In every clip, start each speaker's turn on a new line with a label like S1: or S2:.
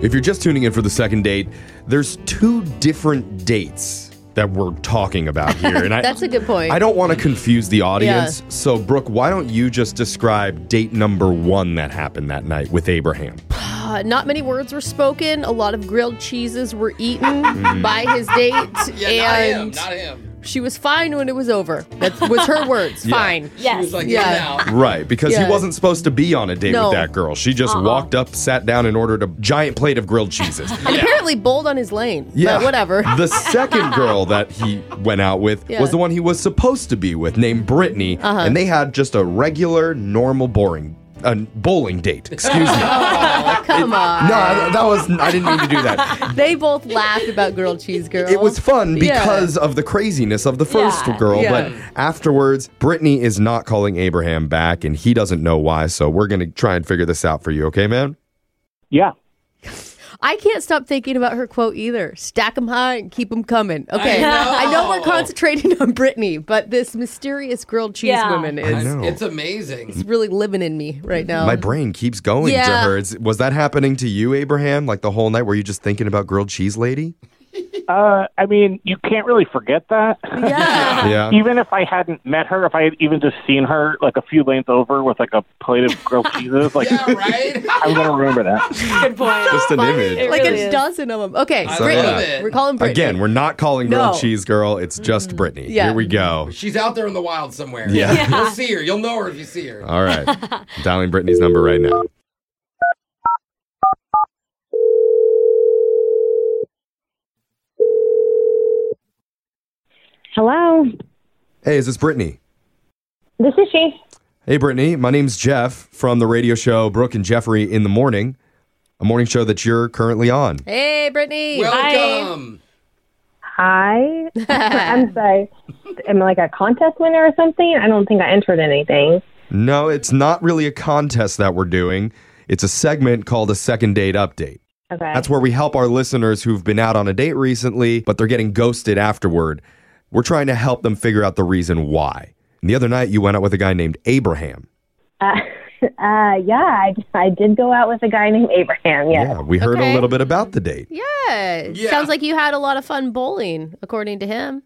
S1: If you're just tuning in for the second date, there's two different dates that we're talking about here. And I,
S2: That's a good point.
S1: I don't want to confuse the audience. So, Brooke, why don't you just describe date number one that happened that night with Abraham?
S2: Uh, not many words were spoken. A lot of grilled cheeses were eaten
S1: Mm-hmm.
S2: by his date, and
S3: him.
S2: she was fine when it was over. That was her words. Fine.
S3: He was
S4: Yes.
S3: like,
S2: Yeah.
S3: yeah.
S1: Right, because
S2: Yeah.
S1: he wasn't supposed to be on a date
S2: No. Uh-uh.
S1: with that girl. She just walked up, sat down, and ordered a giant plate of grilled cheeses.
S2: And apparently bold on his lane.
S1: Yeah.
S2: But whatever.
S1: The second girl that he went out with
S2: Yeah. Uh-huh.
S1: was the one he was supposed to be with, named Brittany, and they had just a regular, normal, boring, uh, bowling date. Excuse me.
S2: Come on.
S1: No, I- that was I didn't mean to do that.
S2: They both laughed about grilled cheese girl.
S1: It was fun
S2: Yeah.
S1: because of the craziness of the first
S4: Yeah.
S1: girl,
S2: Yeah.
S1: but afterwards, Brittany is not calling Abraham back, and he doesn't know why. So we're gonna try and figure this out for you, okay, man?
S5: Yeah.
S2: I can't stop thinking about her quote either. Stack 'em high and keep 'em coming. Okay.
S4: know.
S2: I know we're concentrating on Brittany, but this mysterious grilled cheese
S4: Yeah.
S2: woman
S1: I
S2: is
S1: know.
S3: It's amazing.
S2: really living in me right now.
S1: My brain keeps going to
S2: Um, Yeah.
S1: her. It's, was that happening to you, Abraham? Like the whole night? Were you just thinking about grilled cheese lady?
S5: Uh, I mean, you can't really forget that.
S2: yeah.
S1: Yeah.
S5: even if I hadn't met her, if I had even just seen her like a few lanes over with like a plate of grilled cheeses, like
S3: Yeah, right?
S5: I'm gonna remember that.
S4: Good point.
S1: Just an
S4: It
S1: image.
S2: like
S4: really
S2: a
S4: is.
S2: dozen of them. Okay,
S3: I
S2: Brittany.
S3: love it.
S2: We're calling Brittany.
S1: Again, we're not calling grilled
S2: No. Mm.
S1: cheese girl. It's just Brittany.
S2: Yeah.
S1: Here we go.
S3: She's out there in the wild somewhere.
S1: Yeah.
S3: You'll see her. You'll know her if you see her.
S1: All right. Dialing Brittany's number right now.
S6: Hello.
S1: Hey, is this Brittany?
S6: This is she.
S1: Hey, Brittany. My name's Jeff from the radio show Brooke and Jeffrey in the Morning, a morning show that you're currently on.
S2: Hey, Brittany.
S3: Welcome.
S6: Hi. I'm sorry. Am I like a contest winner or something? I don't think I entered anything.
S1: No, it's not really a contest that we're doing, it's a segment called a second date update.
S6: Okay.
S1: That's where we help our listeners who've been out on a date recently, but they're getting ghosted afterward. We're trying to help them figure out the reason why. And the other night, you went out with a guy named Abraham.
S6: uh, uh, yeah, I, I did go out with a guy named Abraham. Yes.
S1: Yeah, we heard
S2: Okay.
S1: a little bit about the date.
S2: Yeah.
S3: Yeah.
S2: Sounds like you had a lot of fun bowling, according to him.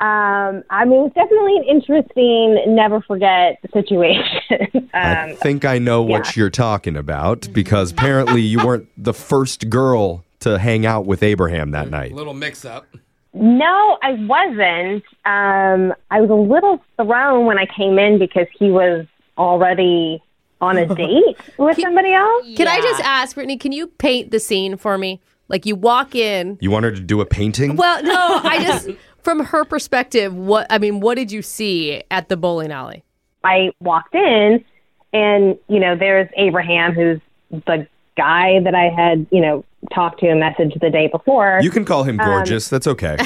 S6: Um, I mean, it's definitely an interesting, never forget situation.
S1: I
S6: um,
S1: think I know what
S6: yeah.
S1: you're talking about because apparently you weren't the first girl to hang out with Abraham that night.
S3: Little mix up.
S6: no, I wasn't. Um, I was a little thrown when I came in because he was already on a date with somebody else.
S2: Can I just ask, Brittany, can you paint the scene for me? Like you walk in.
S1: You want her to do a painting?
S2: Well, no, I just from her perspective, what I mean, what did you see at the bowling alley?
S6: I walked in, and you know, there's Abraham, who's the guy that I had, you know, talked to and messaged the day before.
S1: you can call him
S6: um,
S1: gorgeous. That's okay.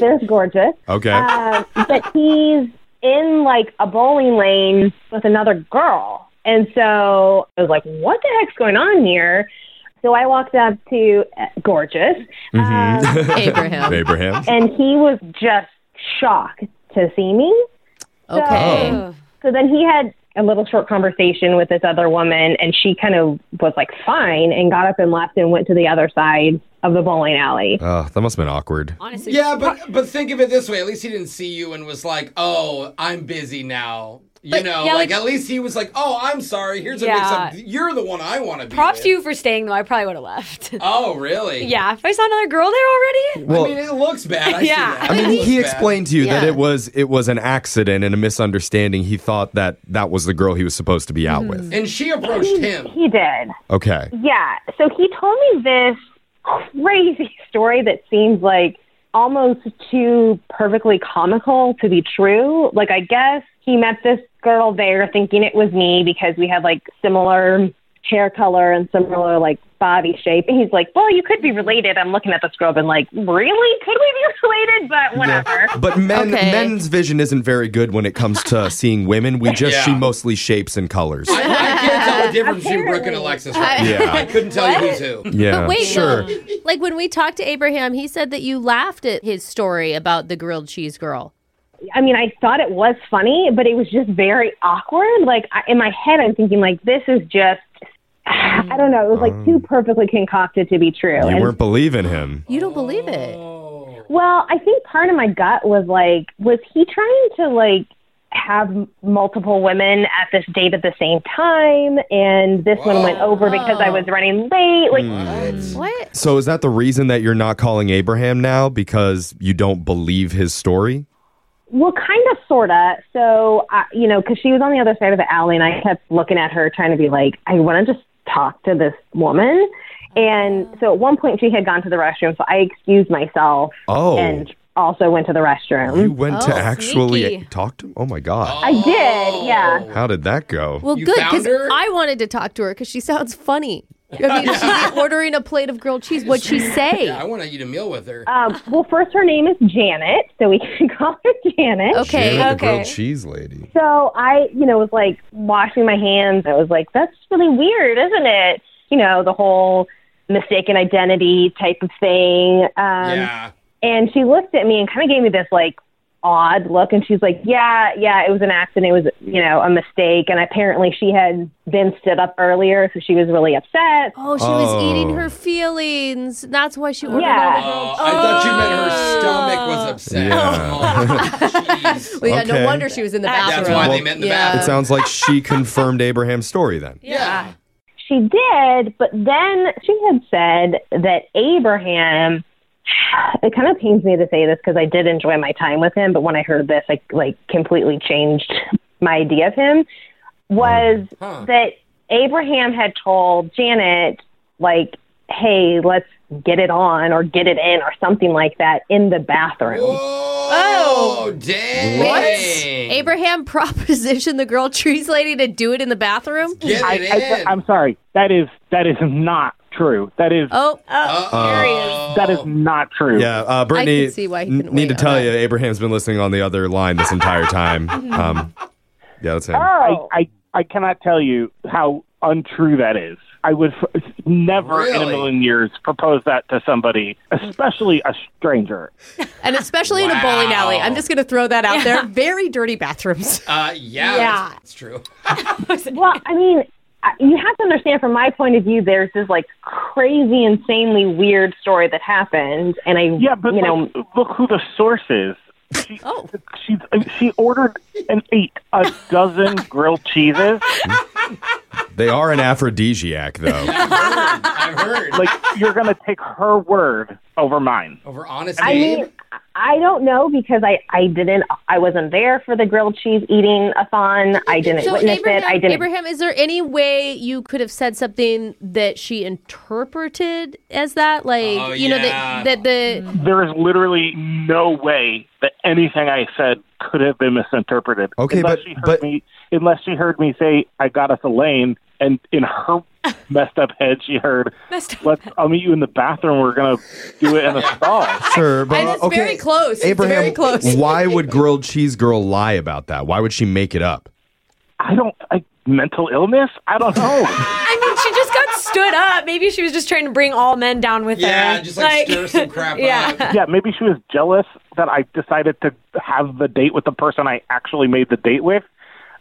S6: there's gorgeous,
S1: Okay.
S6: um, but he's in like a bowling lane with another girl, and so I was like, "What the heck's going on here?" So I walked up to uh, gorgeous,
S1: Mm-hmm.
S6: um,
S2: Abraham.
S1: Hmm. Abraham.
S6: and he was just shocked to see me.
S2: Okay.
S1: Oh.
S6: So then he had a little short conversation with this other woman, and she kind of was like, fine, and got up and left and went to the other side of the bowling alley.
S1: Oh, that must have been awkward.
S4: Honestly,
S3: Yeah, but but think of it this way. At least he didn't see you and was like, "Oh, I'm busy now." You know,
S4: yeah,
S3: like,
S4: like-
S3: at least he was like, "Oh, I'm sorry. Here's a
S4: Yeah.
S3: mix up. You're the one I want to be."
S4: props
S3: with.
S4: to you for staying though. I probably would have left.
S3: Oh, really?
S4: yeah, if I saw another girl there already.
S1: Well,
S3: I mean, it looks bad. I
S4: Yeah.
S3: See that.
S1: I mean,
S3: It
S1: he, he
S3: looks bad.
S1: explained to you that
S2: Yeah.
S1: it was it was an accident and a misunderstanding. He thought that that was the girl he was supposed to be out with.
S3: and she approached him.
S6: He did.
S2: Mm-hmm.
S1: Okay.
S6: Yeah. So he told me this crazy story that seems like almost too perfectly comical to be true. Like, I guess he met this girl there thinking it was me because we had like similar hair color and similar like body shape. And he's like, well, you could be related. I'm looking at this girl and like, really? Could we be related? But whatever.
S1: But men
S2: Okay.
S1: men's vision isn't very good when it comes to seeing women. We just
S3: Yeah.
S1: see mostly shapes and colors.
S3: I, I can't tell the difference between Brooke and
S6: Apparently.
S3: Alexis. Right now.
S1: Yeah.
S3: I couldn't tell you who's who.
S1: Yeah.
S2: But wait,
S1: sure.
S2: no. like when we talked to Abraham, he said that you laughed at his story about the grilled cheese girl.
S6: I mean, I thought it was funny, but it was just very awkward. Like I, in my head, I'm thinking like this is just I don't know. It was like too perfectly concocted to be true.
S1: You
S6: And-
S1: weren't believing him.
S2: You don't believe it.
S3: Oh.
S6: well, I think part of my gut was like, was he trying to like have m- multiple women at this date at the same time? And this one went over because I was running late. Like,
S2: What?
S1: So is that the reason that you're not calling Abraham now because you don't believe his story?
S6: Well, kind of, sort of. So, I you know, because she was on the other side of the alley, and I kept looking at her, trying to be like, I want to just talk to this woman. And so at one point, she had gone to the restroom, so I excused myself
S1: Oh.
S6: and also went to the restroom.
S1: You went to
S4: Oh,
S1: actually
S4: sneaky.
S1: talk to him? Oh my god.
S6: I did, yeah.
S1: How did that go?
S2: Well,
S3: You
S2: good
S3: found
S2: because
S3: her?
S2: I wanted to talk to her because she sounds funny. I mean, she's ordering a plate of grilled cheese. What'd she say?
S3: Yeah, I want to eat a meal with her.
S6: Um, well, first, her name is Janet, so we can call her Janet.
S2: Okay.
S1: Janet, the
S4: okay.
S1: grilled cheese lady.
S6: So I, you know, was like washing my hands. I was like, that's really weird, isn't it? You know, the whole mistaken identity type of thing. Um,
S3: yeah.
S6: And she looked at me and kind of gave me this like odd look. And she's like, yeah, yeah, it was an accident. It was, you know, a mistake. And apparently she had been stood up earlier. So she was really upset.
S2: Oh, she was eating
S1: Oh.
S2: her feelings. That's why she ordered
S6: Yeah.
S2: all the
S3: Oh,
S2: grilled
S3: I thought you meant
S2: Oh.
S3: her stomach was upset.
S1: Yeah.
S3: Oh, jeez.
S2: Well, yeah,
S1: Okay.
S2: no wonder she was in the bathroom.
S3: That's why they met in the
S2: Yeah.
S1: It
S3: bathroom.
S1: sounds like she confirmed Abraham's story then.
S3: Yeah.
S6: She did, but then she had said that Abraham. It kind of pains me to say this because I did enjoy my time with him, but when I heard this, I like completely changed my idea of him. Was
S3: Huh.
S6: that Abraham had told Janet, like, "Hey, let's get it on or get it in or something like that in the bathroom."
S3: Oh, dang.
S2: What? Abraham propositioned the grilled cheese lady to do it in the bathroom?
S3: Get
S5: I,
S3: it
S5: I,
S3: in.
S5: I'm sorry. That is that is not true. That is
S2: Oh,
S5: Uh,
S3: Uh-oh.
S5: that is not true.
S1: Yeah, uh, Brittany.
S2: can see why he
S1: n-
S2: couldn't
S1: need
S2: wait
S1: to
S2: on
S1: tell
S2: that.
S1: you, Abraham's been listening on the other line this entire time.
S2: Mm-hmm.
S1: um, yeah, that's him.
S6: Oh,
S5: I, I cannot tell you how untrue that is. I would f- never in a
S3: Really?
S5: million years propose that to somebody, especially a stranger.
S2: and especially in a bowling
S3: Wow.
S2: alley. I'm just going to throw that out there. Very dirty bathrooms.
S3: Uh, yeah,
S4: Yeah.
S3: That's, that's true.
S6: Well, I mean, I- you have to understand from my point of view, there's this like crazy, insanely weird story that happened, and I,
S5: Yeah, but
S6: you know,
S5: like, look who the source is. She,
S2: Oh.
S5: she, she ordered and ate a dozen grilled cheeses.
S1: They are an aphrodisiac, though.
S3: I've heard. I've heard.
S5: Like, you're going to take her word over mine.
S3: Over honesty.
S6: I mean, I don't know because I, I didn't, I wasn't there for the grilled cheese eating a thon. I didn't
S2: So
S6: witness
S2: Abraham,
S6: it. I didn't.
S2: Abraham, is there any way you could have said something that she interpreted as that, like
S3: Oh,
S2: you know
S3: yeah.
S2: that that the
S5: There is literally no way that anything I said could have been misinterpreted.
S1: Okay,
S5: unless
S1: but-
S5: she heard
S1: but-
S5: me, unless she heard me say, "I got us a lane," and in her messed up head, she heard,
S4: Messed up
S5: "Let's I'll meet you in the bathroom. We're gonna do it in a stall."
S1: Sure, but
S2: And it's
S1: okay.
S2: very close. It's
S1: Abraham,
S2: very close.
S1: why would grilled cheese girl lie about that? Why would she make it up?
S5: I don't. I, mental illness? I don't know.
S4: I mean, she just got stood up. Maybe she was just trying to bring all men down with her.
S3: yeah, just like, stir some crap
S4: yeah.
S3: up.
S5: yeah, maybe she was jealous that I decided to have the date with the person I actually made the date with.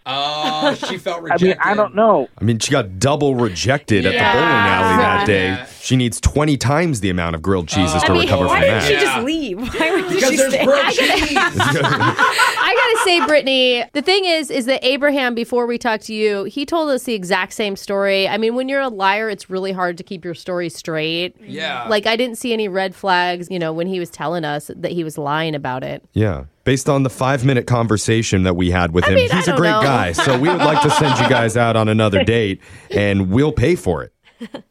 S3: Oh, she felt
S5: I
S3: rejected.
S5: mean, I don't know.
S1: I mean, she got double rejected at
S3: Yeah.
S1: the bowling alley that day.
S3: Yeah.
S1: She needs 20 times the amount of grilled
S2: Uh,
S1: cheeses
S3: I
S1: to
S4: I mean,
S1: recover
S4: why
S1: from
S4: didn't
S1: that.
S4: she
S3: Yeah.
S4: just leave? Why would
S3: Because
S4: she
S3: there's
S4: stay?
S3: grilled cheese.
S2: I gotta say, Brittany, the thing is, is that Abraham, before we talked to you, he told us the exact same story. I mean, when you're a liar, it's really hard to keep your story straight.
S3: yeah.
S2: Like I didn't see any red flags, you know, when he was telling us that he was lying about it.
S1: Yeah. Based on the five minute conversation that we had with him,
S2: mean, I
S1: he's a
S2: don't
S1: great
S2: know.
S1: guy. So we would like to send you guys out on another date and we'll pay for it.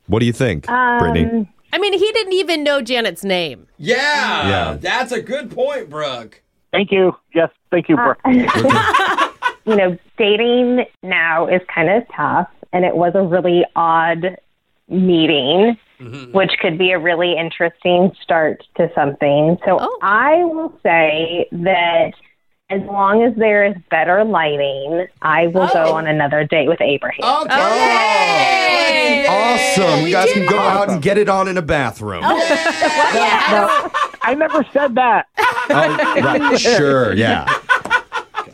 S1: What do you think,
S2: Um,
S1: Brittany?
S2: I mean, he didn't even know Janet's name.
S3: yeah.
S1: Yeah.
S3: That's a good point, Brooke.
S5: Thank you. Yes, thank you, Brooke.
S6: you know, dating now is kind of tough, and it was a really odd meeting, which could be a really interesting start to something. So
S2: Oh.
S6: I will say that as long as there is better lighting, I will go on another date with Abraham.
S1: Oh,
S3: Okay.
S1: Awesome. You guys can go out and get it on in a bathroom.
S5: I never said that.
S1: Oh, right. Um, Sure. Yeah.